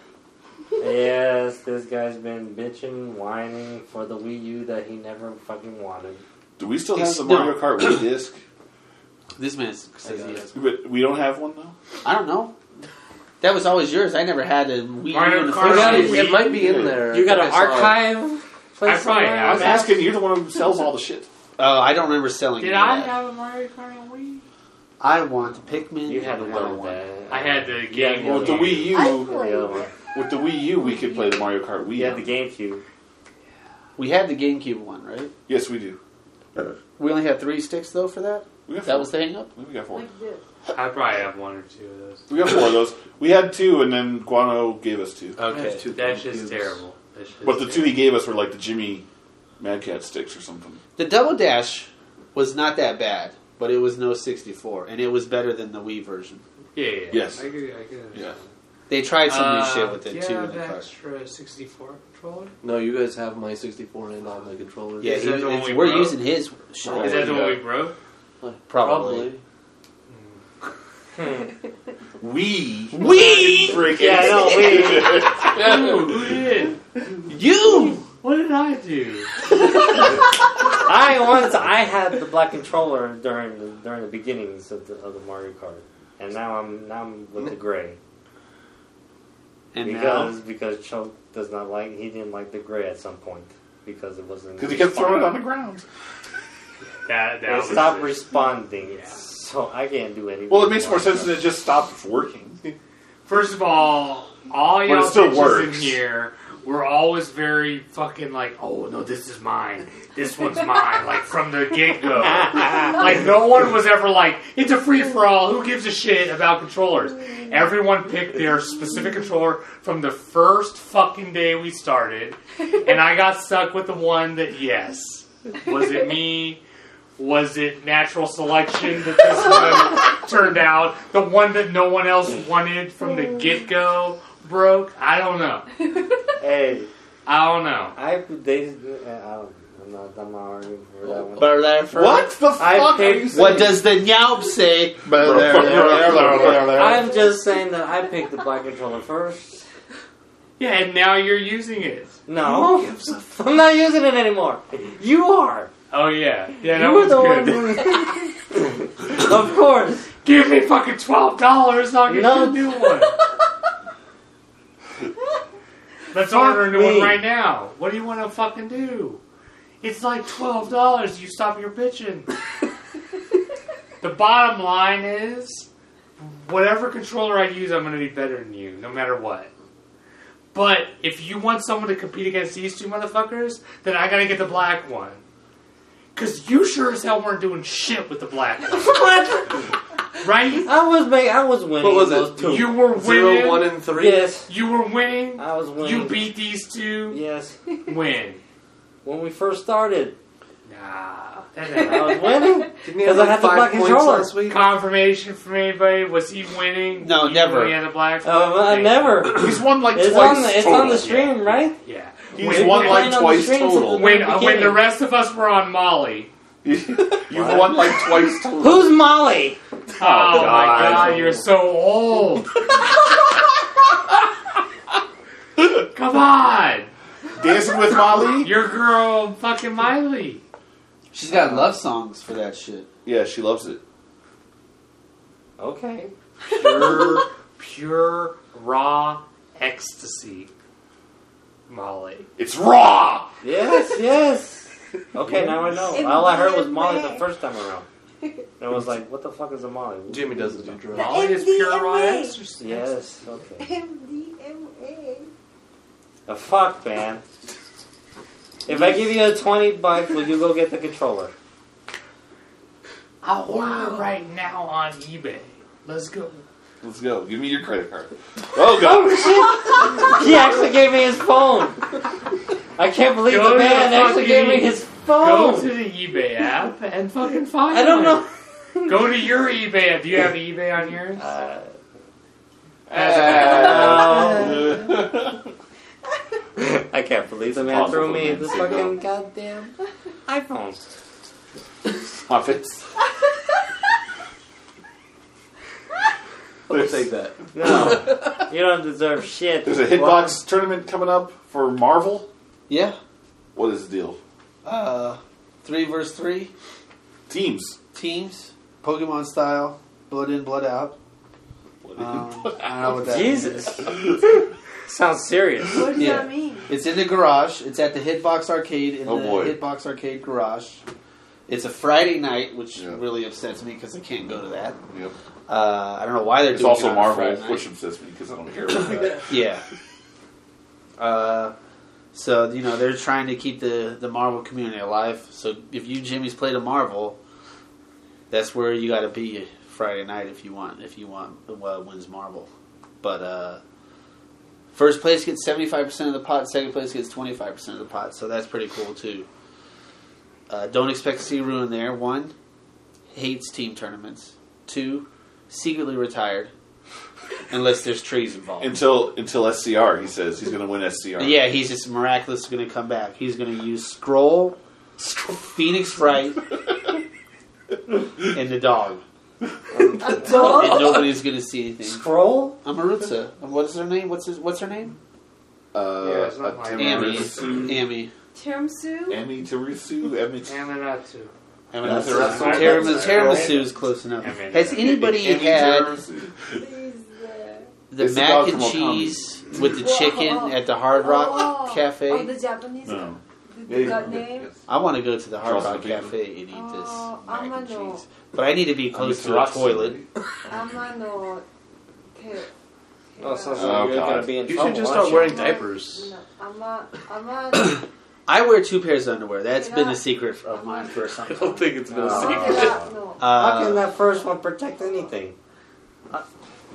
S2: Yes, this guy's been bitching, whining for the Wii U that he never fucking wanted.
S1: Do we still have
S6: It's-
S1: the
S6: no.
S1: Mario Kart Wii disc?
S6: This man says he has.
S1: But we don't have one though.
S6: I don't know. That was always yours. I never had a Wii U
S3: Mario
S6: in the
S3: Kart.
S4: I
S6: first
S4: got it.
S6: place.
S4: It might be in there.
S2: You got
S4: I
S2: an
S4: think I saw it.
S2: archive? place
S3: I probably
S2: somewhere?
S3: have.
S1: I'm asking. You're the one who sells all the shit.
S6: Oh, I don't remember selling
S3: Did
S6: any
S3: I
S6: of that.
S3: have a Mario Kart on Wii?
S6: I want Pikmin
S2: You had
S6: and
S2: one of
S6: 101.
S2: that.
S3: I had the game.
S2: Yeah,
S1: Well, with the Wii
S5: I
S1: U,
S5: played
S2: The other one.
S5: it.
S1: with the Wii U, we could play the Mario Kart Wii.
S2: You had
S1: on
S2: the
S1: it.
S2: GameCube.
S6: We had the GameCube one, right?
S1: Yes, we do.
S6: We only had three sticks though for that.
S1: We got four.
S6: That was the hang up.
S1: we got four.
S5: Like this.
S3: I probably have one or two of those.
S1: We got four of those. We had two, and then Guano gave us two.
S4: I
S3: Okay,
S4: have two
S3: that's just
S4: GameCubes.
S3: terrible. That's just
S1: But the two
S3: terrible.
S1: he gave us were like the Jimmy Mad Cat sticks or something.
S6: The Double Dash was not that bad, but it was no 64, and it was better than the Wii version.
S3: Yeah, yeah.
S1: Yes.
S3: I could, I could.
S1: Yeah.
S6: They tried some
S3: Uh,
S6: new shit with it too in the
S3: Yeah,
S6: car.
S3: that's for a 64 controller.
S4: No, you guys have my 64 and all my controllers.
S6: Yeah,
S3: Is
S6: he-
S3: that the one we
S6: we're
S3: broke?
S6: using his shit.
S1: Oh,
S3: Is that the
S1: yeah.
S3: one we broke?
S6: Probably.
S1: We
S6: We!
S1: break
S2: Yeah, I know,
S4: [LAUGHS]
S3: Ooh, who did?
S6: You!
S3: What did I do?
S2: I once I had the black controller during the, during the beginnings of the, of the Mario Kart, and now I'm now I'm with the gray
S6: And now,
S2: because because Cho does not like he didn't like the gray at some point because it wasn't
S1: because he kept throwing it on the ground.
S3: That, that
S2: They
S3: was
S2: stopped
S3: it.
S2: responding,
S3: Yeah.
S2: so I can't do anything.
S1: Well, it makes more
S2: about
S1: sense than it just stopped working.
S3: First of all, all y'all
S1: it still
S3: bitches in
S1: works.
S3: here were always very fucking like, oh no, this is mine. This one's mine. Like from the get go. like no one was ever like, it's a free for all. Who gives a shit about controllers? Everyone picked their specific controller from the first fucking day we started, and I got stuck with the one that yes, was it me? Was it natural selection that this one turned out? The one that no one else wanted from the get go broke? I don't know.
S2: Hey,
S3: I don't know.
S2: I they I don't. I'm not, I'm not arguing for that one.
S6: Burlerfer.
S1: What the fuck
S2: I
S1: are
S2: picked-
S1: you saying?
S6: What does the Nyaup say?
S1: uh,
S2: I'm just saying that I picked the black controller first.
S3: Yeah, and now you're using it.
S2: No, I'm not using it anymore. You are.
S3: Oh yeah, yeah, that
S2: you were
S3: was
S2: the
S3: good.
S2: one. Who... of course.
S3: Give me fucking twelve dollars, I'll get
S2: No.
S3: you a new one. [LAUGHS] Let's
S2: Fuck
S3: order a new
S2: me.
S3: one right now. What do you want to fucking do? It's like twelve dollars. You stop your [LAUGHS] bitching. the bottom line is, whatever controller I use, I'm gonna be better than you, no matter what. But if you want someone to compete against these two motherfuckers, then I gotta get the black one. Cause you sure as hell weren't doing shit with the black one,
S2: What?
S3: [LAUGHS] right?
S2: I was making. I was winning.
S4: What was
S2: those
S4: it?
S2: Two.
S3: You were winning.
S4: Zero, one, and three.
S2: Yes.
S3: You were winning.
S2: I was winning.
S3: You beat these
S2: [LAUGHS]
S3: two.
S2: Yes.
S3: Win.
S2: When we first started,
S3: Nah. that
S2: I
S3: never-
S2: was
S3: [LAUGHS]
S2: winning.
S4: Didn't he
S2: 'Cause
S4: have
S2: I had the black
S4: like five points
S2: controller.
S4: last week?
S3: Confirmation from anybody? Was he winning?
S6: No,
S3: You
S6: never.
S3: knew He had a black.
S2: Uh, well, I
S3: Damn.
S2: never.
S1: He's won like
S2: It's
S1: twice.
S2: on the, it's
S1: total.
S2: on the stream, right?
S3: Yeah.
S1: He's
S2: We've
S3: When,
S1: won
S2: been
S1: like
S2: playing on the
S1: twice
S2: stream since
S1: total.
S2: the
S3: when,
S2: very
S3: when uh, the
S2: beginning.
S3: rest of us were on Molly.
S1: [LAUGHS] You've won like twice total.
S2: Who's Molly?
S3: Oh, my
S1: God.
S3: god, you're so old. [LAUGHS] Come on.
S1: Dancing with Molly?
S3: Your girl fucking Miley.
S6: She's got love songs for that shit.
S1: Yeah, she loves it.
S2: Okay.
S3: pure, pure, raw ecstasy, Molly.
S1: It's raw.
S2: Yes, yes. Okay, now I know.
S5: It
S2: All I heard was
S5: was
S2: Molly the
S5: red.
S2: first time around. And I was like, what the fuck is a
S1: [LAUGHS]
S2: Molly?
S4: Jimmy doesn't do drugs.
S3: Molly is pure raw
S5: MDMA.
S3: ecstasy.
S2: Yes, okay.
S5: MDMA.
S2: The fuck, man. If I give you a 20 bucks, will you go get the controller?
S3: I'll order right now on eBay. Let's go.
S1: Let's go. Give me your credit card. Oh [LAUGHS] god.
S3: [LAUGHS]
S2: He actually gave me his phone. I can't believe
S3: Go
S2: the
S3: to
S2: man
S3: the
S2: actually gave me
S3: fucking-
S2: his
S3: Go to
S2: phone.
S3: the eBay app and fucking find
S2: I don't
S3: one.
S2: know.
S3: Go to your eBay app. Do you have an eBay on yours?
S2: Uh,
S1: Uh,
S2: I can't believe the man
S1: Possible
S2: threw me
S1: man
S2: this
S1: said no.
S2: fucking goddamn [LAUGHS] iPhone.
S1: Muppets.
S4: I'll take that.
S2: No, you don't deserve shit.
S1: There's a hitbox tournament coming up for Marvel.
S6: Yeah.
S1: What is the deal?
S6: Uh, three versus three
S1: Teams.
S6: teams, Pokemon style, blood in, blood out. Um, I don't know what that
S2: [LAUGHS] Jesus. Sounds serious.
S5: What does
S6: Yeah.
S5: that mean?
S6: It's in the garage. It's at the Hitbox Arcade in
S1: Oh,
S6: the
S1: boy.
S6: Hitbox Arcade garage. It's a Friday night, which
S1: Yeah.
S6: really upsets me because I can't go to that.
S1: Yep.
S6: Uh, I don't know why they're
S1: It's
S6: doing it
S1: also
S6: on a
S1: Marvel,
S6: Friday night.
S1: which upsets me because I don't care about [LAUGHS] that.
S6: Yeah. Uh, so you know they're trying to keep the the Marvel community alive. So if you Jimmy's played a Marvel, that's where you got to be Friday night if you want if you want uh, wins Marvel. But uh, first place gets seventy five percent of the pot. Second place gets twenty five percent of the pot. So that's pretty cool too. Uh, don't expect to see Ruin there. One hates team tournaments. Two secretly retired unless there's trees involved.
S1: until until SCR, he says he's going to win SCR.
S6: Yeah, he's just miraculously going to come back. He's going to use Scroll, Phoenix Wright, and the dog. And nobody's going to see anything.
S2: Scroll?
S6: Amarutsa. What is her name? What's his, what's her name?
S1: Uh,
S3: Yeah, it's not like-
S6: Amy.
S1: Amaterasu.
S6: Amy.
S5: Tiramisu?
S1: Amaterasu. Amaterasu.
S3: Aminatsu.
S1: Amaterasu.
S3: That's-
S6: Tiramisu Tiramisu is close enough.
S3: Amaterasu.
S6: Has anybody had
S1: Amaterasu.
S5: Please. uh,
S6: the
S1: It's the
S6: mac
S1: dog
S6: and
S1: from Okami.
S6: cheese with the chicken at the Hard
S5: oh,
S6: Rock
S5: Oh,
S6: Cafe?
S5: the Japanese.
S1: No.
S5: The,
S1: Yeah,
S5: the
S1: yeah,
S5: god
S1: yeah,
S5: name.
S1: yes.
S6: I want to go to the Hard
S1: Charles
S6: Rock
S1: Lee.
S6: Cafe and eat this
S5: Oh,
S6: mac and
S5: Amano.
S6: cheese. But I need to be close to a
S1: Amaterasu.
S6: toilet.
S5: Amano. Te.
S2: Oh, sounds
S1: Oh,
S2: like you're
S1: God.
S2: going to be in
S4: You
S2: trouble.
S4: should just
S2: aren't
S4: start
S2: you?
S4: wearing diapers.
S5: No, ama, ama,
S6: I wear two pairs of underwear. That's
S5: Yeah.
S6: been a secret of mine for some
S4: [LAUGHS] I
S6: time.
S4: don't think it's been a
S1: Ah.
S2: No.
S4: secret.
S5: ama, no.
S2: How can
S6: Uh,
S2: that first one protect anything?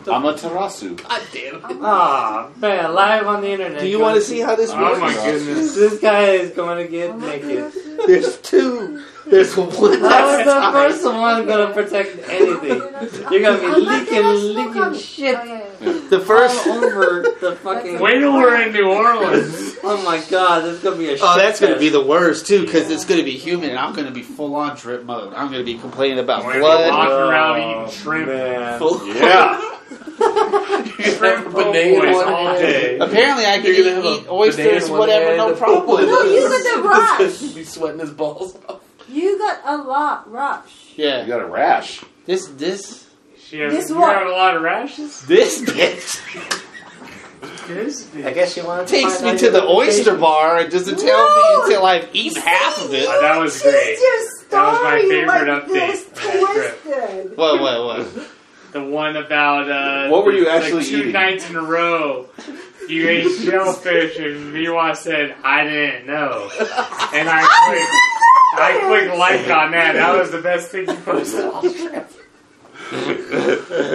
S1: Amaterasu.
S4: God damn it.
S2: Ah, man, live on the internet.
S6: do you want to see how this
S3: Oh
S6: works?
S3: my goodness.
S2: [LAUGHS] This guy is going to
S5: Oh
S2: get naked.
S5: Amaterasu.
S6: [LAUGHS] There's two. There's one.
S2: How is
S6: That's
S5: [LAUGHS]
S2: the first one going to protect anything? You're going to be leaking, leaking shit.
S5: Oh, yeah, yeah.
S6: The first.
S2: all over the fucking.
S3: Wait till we're in New Orleans.
S2: Oh my god, this is gonna be a.
S6: Oh, that's going to
S2: shitfest.
S6: be the worst too, because it's going to be human, and I'm going to be full on drip mode. I'm going to be complaining about
S3: We're gonna be
S6: blood.
S3: walking around
S2: Oh,
S3: eating shrimp.
S2: man.
S6: Full-
S1: Yeah.
S3: Shrimp
S4: Banana
S3: boys
S4: one
S3: all day.
S6: [LAUGHS] Apparently, I can
S4: You're gonna
S6: eat,
S4: have a
S6: eat oysters,
S4: banana one
S6: whatever,
S4: hand,
S6: no
S4: a
S6: problem.
S5: [LAUGHS] No, you got the rush.
S4: He's sweating his balls off.
S5: You got a lot rush.
S1: You
S6: [LAUGHS] Yeah,
S1: got a rash.
S6: this this
S3: She has,
S5: This
S3: you
S5: one.
S3: have a lot of rashes? Oh,
S6: this bitch
S3: This
S2: I guess you want to
S6: takes me to the oyster bar and doesn't tell
S5: No!
S6: me until I've eaten half of it.
S3: Oh, that was great.
S5: She's just
S3: That was my
S5: starting
S3: favorite
S5: like
S3: update
S5: this
S3: of that
S5: twisted.
S6: What what what?
S3: The one about uh,
S1: What were you
S3: like
S1: actually
S3: two
S1: eating?
S3: nights in a row. You ate
S1: [LAUGHS]
S3: shellfish, and Miwa said, "I didn't know," and I clicked.
S2: [LAUGHS]
S3: I clicked like on that. That was the best thing you posted. all trip.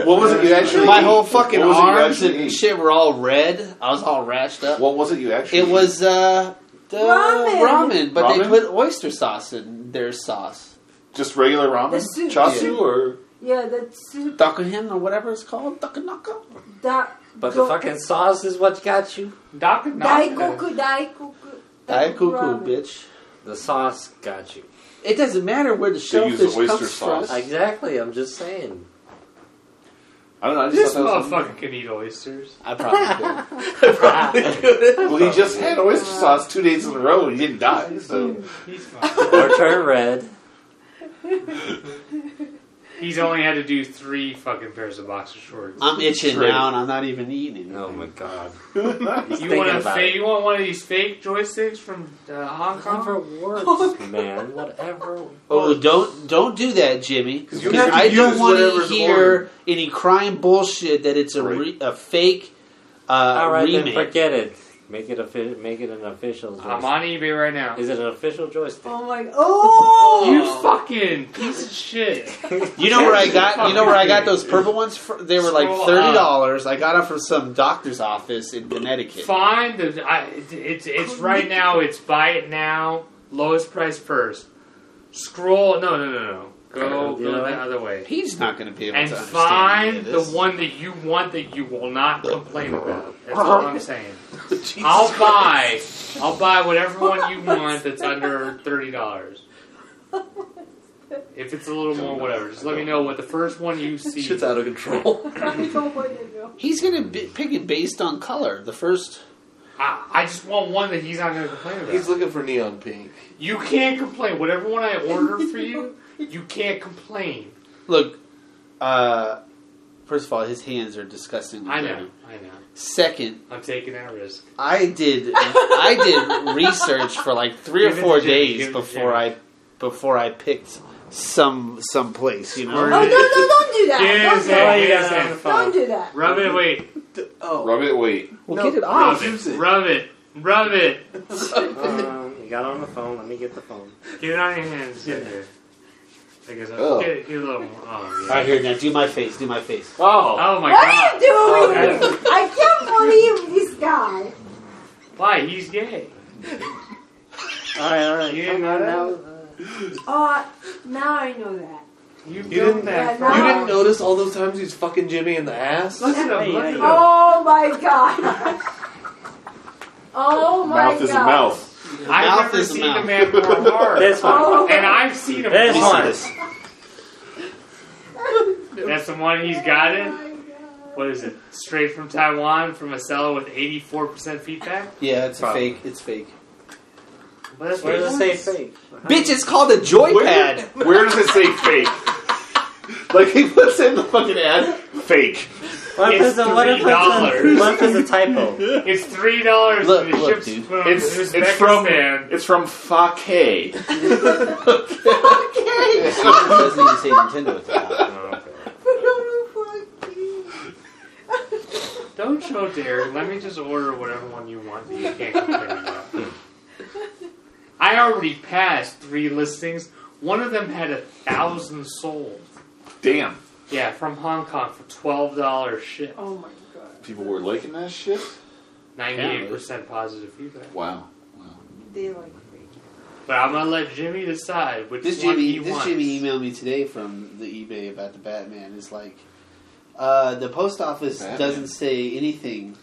S1: What was it you actually?
S6: My
S1: ate?
S6: whole fucking
S1: What was it you
S6: arms
S1: actually
S6: and
S1: ate?
S6: shit were all red. I was all rashed up.
S1: What was it you actually?
S6: It was uh the
S5: Ramen.
S6: ramen, but they
S1: Ramen?
S6: put oyster sauce in their sauce.
S1: ate? just regular ramen,
S5: The soup.
S1: chasu, or
S5: Yeah, the soup
S6: Dakuhin or whatever it's called, Dakunaka.
S5: that.
S2: But the
S5: go-
S2: fucking sauce is what got you.
S3: Doctor
S5: Daikoku, daikoku.
S6: Daikuku,
S5: ramen.
S6: bitch.
S2: The sauce got you.
S6: It doesn't matter where the
S1: use the
S6: shellfish
S1: oyster
S6: comes
S1: sauce.
S6: from.
S2: Exactly. I'm just saying. [LAUGHS]
S1: I don't know. I
S3: This
S1: just thought that was
S3: motherfucker can eat oysters.
S2: [LAUGHS]
S6: I probably did.
S2: Ah.
S1: well, he just had oyster sauce two days in a row and he didn't die. So
S2: [LAUGHS]
S3: He's fine.
S2: or turn red.
S3: He's only had to do three fucking pairs of boxer shorts.
S6: I'm itching
S1: True.
S6: now and I'm not even eating.
S2: Oh my god.
S1: [LAUGHS]
S2: He's
S3: You
S2: thinking
S3: want a
S2: about
S3: fake?
S2: it.
S3: You want one of these fake joysticks from uh, Hong
S2: Whatever
S3: Kong?
S2: works, man. Whatever.
S6: Oh, don't don't do that, Jimmy.
S1: 'Cause
S6: Because
S1: you have to
S6: I don't
S1: use
S6: want to
S1: whatever's
S6: hear
S1: ordered.
S6: any crime bullshit that it's a
S1: Right.
S6: re- a fake uh,
S2: All right,
S6: remake.
S2: then forget it. Make it offi- Make it an official.
S3: I'm
S2: Joystick.
S3: on eBay right now.
S2: Is it an official joystick?
S5: Oh my. Oh!
S3: You fucking piece of shit.
S6: You know where I got? You know where I got those purple ones? fr they were like
S3: Scroll
S6: thirty dollars. I got them from some doctor's office in Connecticut.
S3: Find the. I, it's it's right now. It's buy it now. Lowest price first. Scroll. No no no no. Go
S2: The
S3: go
S2: other way?
S3: the other way
S6: He's not going to be able
S3: and
S6: to understand
S3: find
S6: any
S3: the
S6: of this.
S3: one that you want that you will not complain about. That's all I'm saying. I'll buy. I'll buy whatever one you want that's under thirty dollars. If it's a little more, whatever. Just let me know what the first one you see.
S4: Shit's out of
S1: [LAUGHS]
S4: control. [LAUGHS]
S5: I don't want to know.
S6: He's going to be, pick it based on color. The first.
S3: I, I just want one that he's not going to complain about.
S4: He's looking for neon pink.
S3: You can't complain. Whatever one I order for you, you can't complain.
S6: Look, uh, first of all, his hands are disgustingly
S3: I
S6: dirty.
S3: know. I know.
S6: Second,
S3: I'm taking that risk.
S6: I did I did research for like three or
S3: Give it
S6: four
S3: to Jimmy,
S6: days
S3: give it to
S6: before
S3: Jimmy.
S6: I before I picked some some place. You know,
S5: Oh no! No! Don't do that.
S3: Yes,
S5: don't do that.
S3: yes,
S2: yeah.
S3: yes.
S5: Don't do that.
S3: Rub it. Wait.
S4: Oh,
S1: rub it. Wait,
S6: well,
S4: No.
S6: get it
S5: Oh,
S3: Rub
S6: off.
S4: use
S3: it.
S4: it.
S3: Rub it. Rub it.
S2: Um, you got on the phone. Let me get the phone.
S3: Get it on your hands. Get there. I guess I'll
S1: Oh.
S3: get, get a little more. Oh,
S6: All
S3: yeah.
S6: right, here now, do my face. Do my face.
S1: oh,
S3: oh my
S5: what
S3: god.
S5: are you doing?
S3: Oh,
S5: I can't believe this guy.
S3: Why? He's gay.
S6: All right, all right.
S3: You
S6: Come
S3: didn't
S6: on
S3: know
S6: now.
S5: Oh, I- now I know that.
S3: You
S4: didn't-
S3: built that.
S5: Yeah,
S4: You
S5: no.
S3: from-
S4: didn't notice all those times he's fucking Jimmy in the ass?
S3: Look at him.
S2: Hey,
S3: Look
S2: hey,
S3: at him.
S2: hey.
S5: Oh my god. Oh my
S1: mouth is a
S5: god.
S1: mouth.
S6: Mouth
S3: I've never
S6: is a
S3: seen
S6: mouth.
S3: a man more hard.
S2: This one.
S5: Oh,
S3: and I've seen him.
S2: This
S6: Let me
S3: hard.
S6: see
S2: one.
S6: this.
S3: That's the one he's got it.
S5: Oh my God.
S3: What is it? Straight from Taiwan, from a seller with 84% feedback?
S6: Yeah, it's
S2: Probably.
S6: fake. It's fake.
S3: Well, that's
S2: Where
S3: what
S2: does
S3: it
S2: it say
S3: was.
S2: fake?
S6: Bitch, it's called a joypad.
S1: Where, where does it say fake? like [LAUGHS] he puts in the fucking ad, fake.
S2: What if
S3: It's
S2: it's a what if
S3: $3.
S2: it's a, what if it's a
S6: [LAUGHS]
S2: typo?
S3: [LAUGHS] It's three dollars.
S6: Look,
S3: and it
S6: look,
S3: ships
S6: dude.
S3: from
S1: It's
S3: Uzbekistan.
S1: it's from it's from Fake.
S5: Oh
S6: It doesn't even say Nintendo at the top.
S3: Don't show Derek. Let me just order whatever one you want that you [LAUGHS] can't complain about. I already passed three listings. One of them had a thousand sold.
S1: Damn,
S3: Yeah, from Hong Kong for twelve dollars ship.
S5: [LAUGHS] Oh my god.
S1: people were liking that shit.
S3: Ninety-eight percent positive feedback.
S6: [LAUGHS]
S1: Wow.
S5: They like me.
S3: But I'm gonna let Jimmy decide which
S6: This
S3: one
S6: Jimmy,
S3: he
S6: this
S3: wants.
S6: Jimmy emailed me today from the eBay about the Batman. It's like, Uh, the post office
S1: Batman.
S6: doesn't say anything.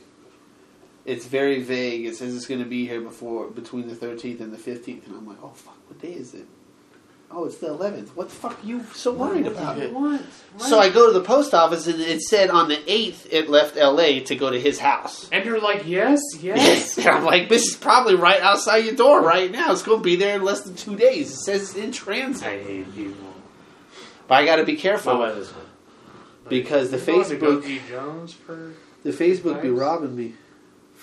S6: It's very vague. It says it's going to be here before between the 13th and the 15th, and I'm like, oh fuck, what day is it? Oh, it's the 11th. What the fuck are you so worried about? So I go to the post office, and it said on the 8th it left L.A. to go to his house.
S3: And you're like, yes, yes.
S6: [LAUGHS] and I'm like, this is probably right outside your door right now. It's going to be there in less than two days. It says it's in transit.
S2: I hate people.
S6: But I got to be
S2: What
S6: careful
S2: about this one?
S6: because the
S3: You want to go
S6: Facebook
S3: D. Jones for
S6: the Facebook be
S3: Nice.
S6: robbing me.
S1: [LAUGHS]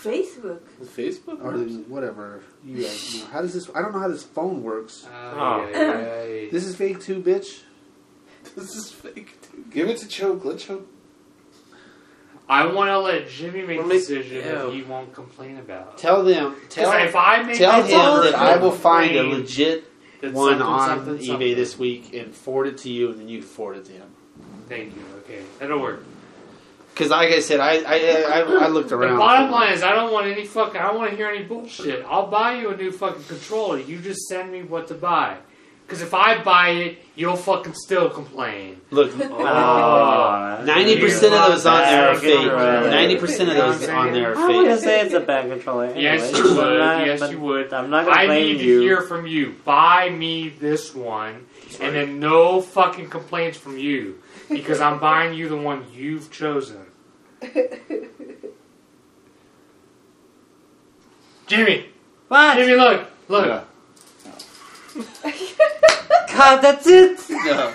S5: Facebook.
S4: Facebook?
S6: or the- whatever you guys know. How does this? I don't know how this phone works.
S3: Oh,
S6: This is fake too, bitch.
S4: This is fake. Dude.
S1: Give it to Choke. Let Choke.
S3: I want to let Jimmy make
S4: Well,
S3: a
S4: make-
S3: decision
S4: yeah.
S3: that he won't complain about.
S6: Tell them. Tell,
S3: Because if I make
S6: tell
S3: my
S6: him
S3: own
S6: that I will find a
S3: complaint,
S6: legit
S3: that's
S6: one
S3: something,
S6: on
S3: something,
S6: eBay
S3: something.
S6: this week and forward it to you, and then you forward it to him.
S3: Thank you. Okay, that'll work.
S6: Because, like I said, I I, I, I looked around.
S3: The bottom line is, I don't want any fucking. I don't want to hear any bullshit. I'll buy you a new fucking controller. You just send me what to buy. Because if I buy it, you'll fucking still complain.
S6: Look,
S2: Oh,
S6: [LAUGHS] ninety percent of those on there are fake. Ninety percent of those on there
S2: I
S6: are
S2: wouldn't
S6: fake.
S2: say it's a bad controller.
S3: Yes,
S2: anyways,
S3: you would.
S2: but I'm not-
S3: Yes,
S2: but
S3: you would.
S2: I'm not gonna
S3: I
S2: blame
S3: need to
S2: you.
S3: hear from you. Buy me this one, and then no fucking complaints from you, because I'm buying you the one you've chosen. Jimmy,
S2: What?
S3: Jimmy, look, look.
S1: Yeah.
S2: God, that's it.
S6: No.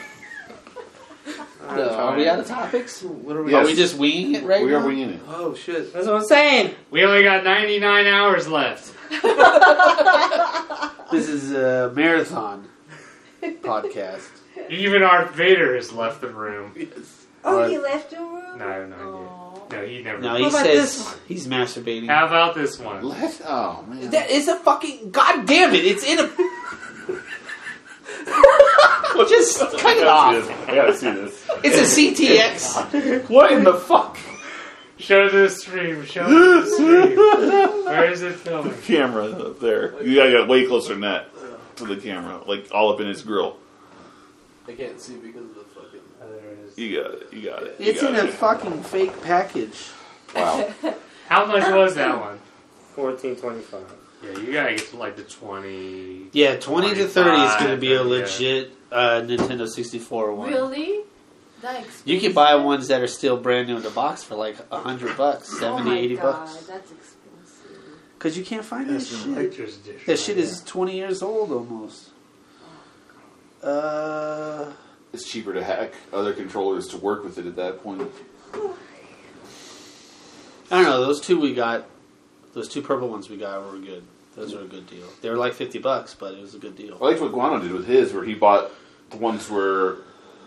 S6: No. Are we out of topics? What are we?
S1: Yes.
S6: Are we just winging it right
S1: we
S6: now?
S1: are winging it.
S4: Oh shit.
S2: That's what I'm saying.
S3: We only got 99 hours left.
S6: This is a [LAUGHS] marathon podcast.
S3: Even Darth Vader has left the room.
S5: Oh,
S6: Right.
S5: he left the room? Oh,
S3: No, I have no idea.
S5: Aw.
S3: No, he never.
S6: No, he
S2: What about
S6: says
S2: this one?
S6: he's masturbating.
S3: How about this one?
S1: Let. Oh man.
S6: That is a fucking god damn it! It's in a. Just cut it off.
S1: I gotta see
S6: [LAUGHS]
S1: this.
S6: It's a CTX.
S1: What in the fuck?
S3: Show the stream. Show the stream. Where is it filming?
S1: camera up there. You gotta get way closer than that to the camera, like all up in his grill.
S4: I can't see because of the fucking.
S3: Oh, there it is.
S1: You got it. You got it. You
S6: It's
S1: got
S6: in a
S1: it.
S6: fucking fake package. [LAUGHS]
S1: Wow.
S3: How much was that one?
S2: Fourteen twenty-five.
S3: Yeah, you gotta get to like the 20.
S6: Yeah, twenty to thirty is going to be a
S3: 25, yeah.
S6: legit uh, Nintendo sixty four one.
S7: Really? That expensive?
S6: You can buy ones that are still brand new in the box for like a hundred bucks,
S7: Oh
S6: 70,
S7: my
S6: 80
S7: God,
S6: bucks.
S7: That's expensive.
S6: Because you can't find that
S1: Yes,
S6: shit.
S3: Collector's edition.
S6: That shit is 20 years old almost. Uh,
S1: It's cheaper to hack other controllers to work with it at that point.
S6: I don't know. Those two we got, those two purple ones we got were good. Those were a good deal. They were like 50 bucks, but it was a good
S1: I
S6: deal.
S1: liked what Guano did with his, where he bought the ones where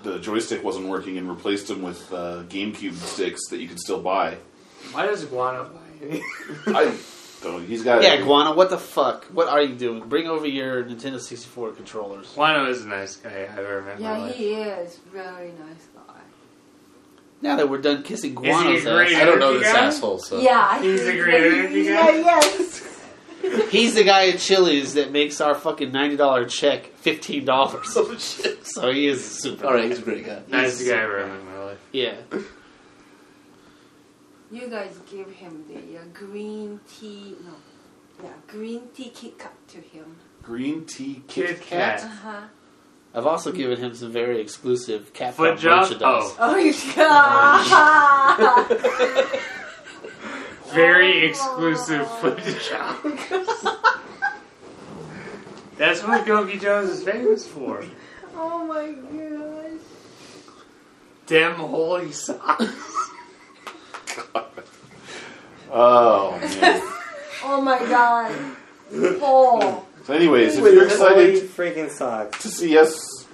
S1: the joystick wasn't working and replaced them with uh, GameCube sticks that you could still buy.
S3: Why does Guano buy any?
S1: I don't. He's got.
S6: Yeah, Guana, what the fuck? What are you doing? Bring over your Nintendo 64 controllers.
S3: [LAUGHS] Guano is a nice guy, I remember.
S7: Yeah,
S3: like-
S7: he is. Very nice guy.
S6: Now that we're done kissing
S3: he
S6: Guano's
S3: great?
S6: ass,
S3: I don't know this asshole,
S4: so.
S7: Yeah, I
S3: He's
S7: think
S3: a great
S7: that he-
S3: energy
S7: Yeah,
S3: guy.
S7: yes.
S6: he's the guy at Chili's that makes our fucking $90 check
S3: Oh,
S6: [LAUGHS] $15. so he is super.
S4: All right, he's a great guy.
S3: Nice guy, I remember my life.
S6: Yeah.
S7: You guys give him the uh, green tea. No, yeah, green tea Kit Kat to him.
S1: green tea
S3: Kit Kat.
S7: Uh huh.
S6: I've also given him some very exclusive cat
S3: Foot job?
S6: merchandise.
S3: Oh.
S7: Oh my god!
S3: Very exclusive [LAUGHS] footage job. That's what Gogi Jones is famous for.
S7: [LAUGHS] oh my gosh!
S3: Dem holy socks.
S1: Oh man.
S7: Oh my
S3: [LAUGHS]
S7: god! Paul,
S1: so, anyways, if you're excited
S2: Holy freaking
S3: [LAUGHS]
S2: socks.
S1: to see us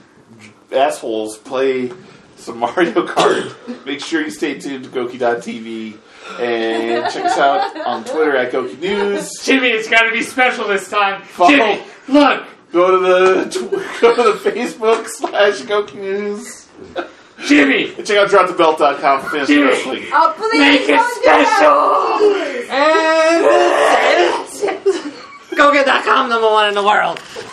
S1: assholes play some [LAUGHS] Mario Kart, make sure you stay tuned to Goki.tv and check us out on Twitter at Goki News.
S3: [LAUGHS] Jimmy, it's gotta be special this time.
S1: Fuck.
S3: Jimmy, look!
S1: Go to the tw- [LAUGHS] go to the Facebook slash Goki News.
S3: Jimmy!
S1: And check out dropthebelt.com for fantasy
S3: Dude.
S1: wrestling.
S7: oh please
S3: Make it
S7: don't do that,
S3: special!
S7: please.
S2: Go get that com number one in the world.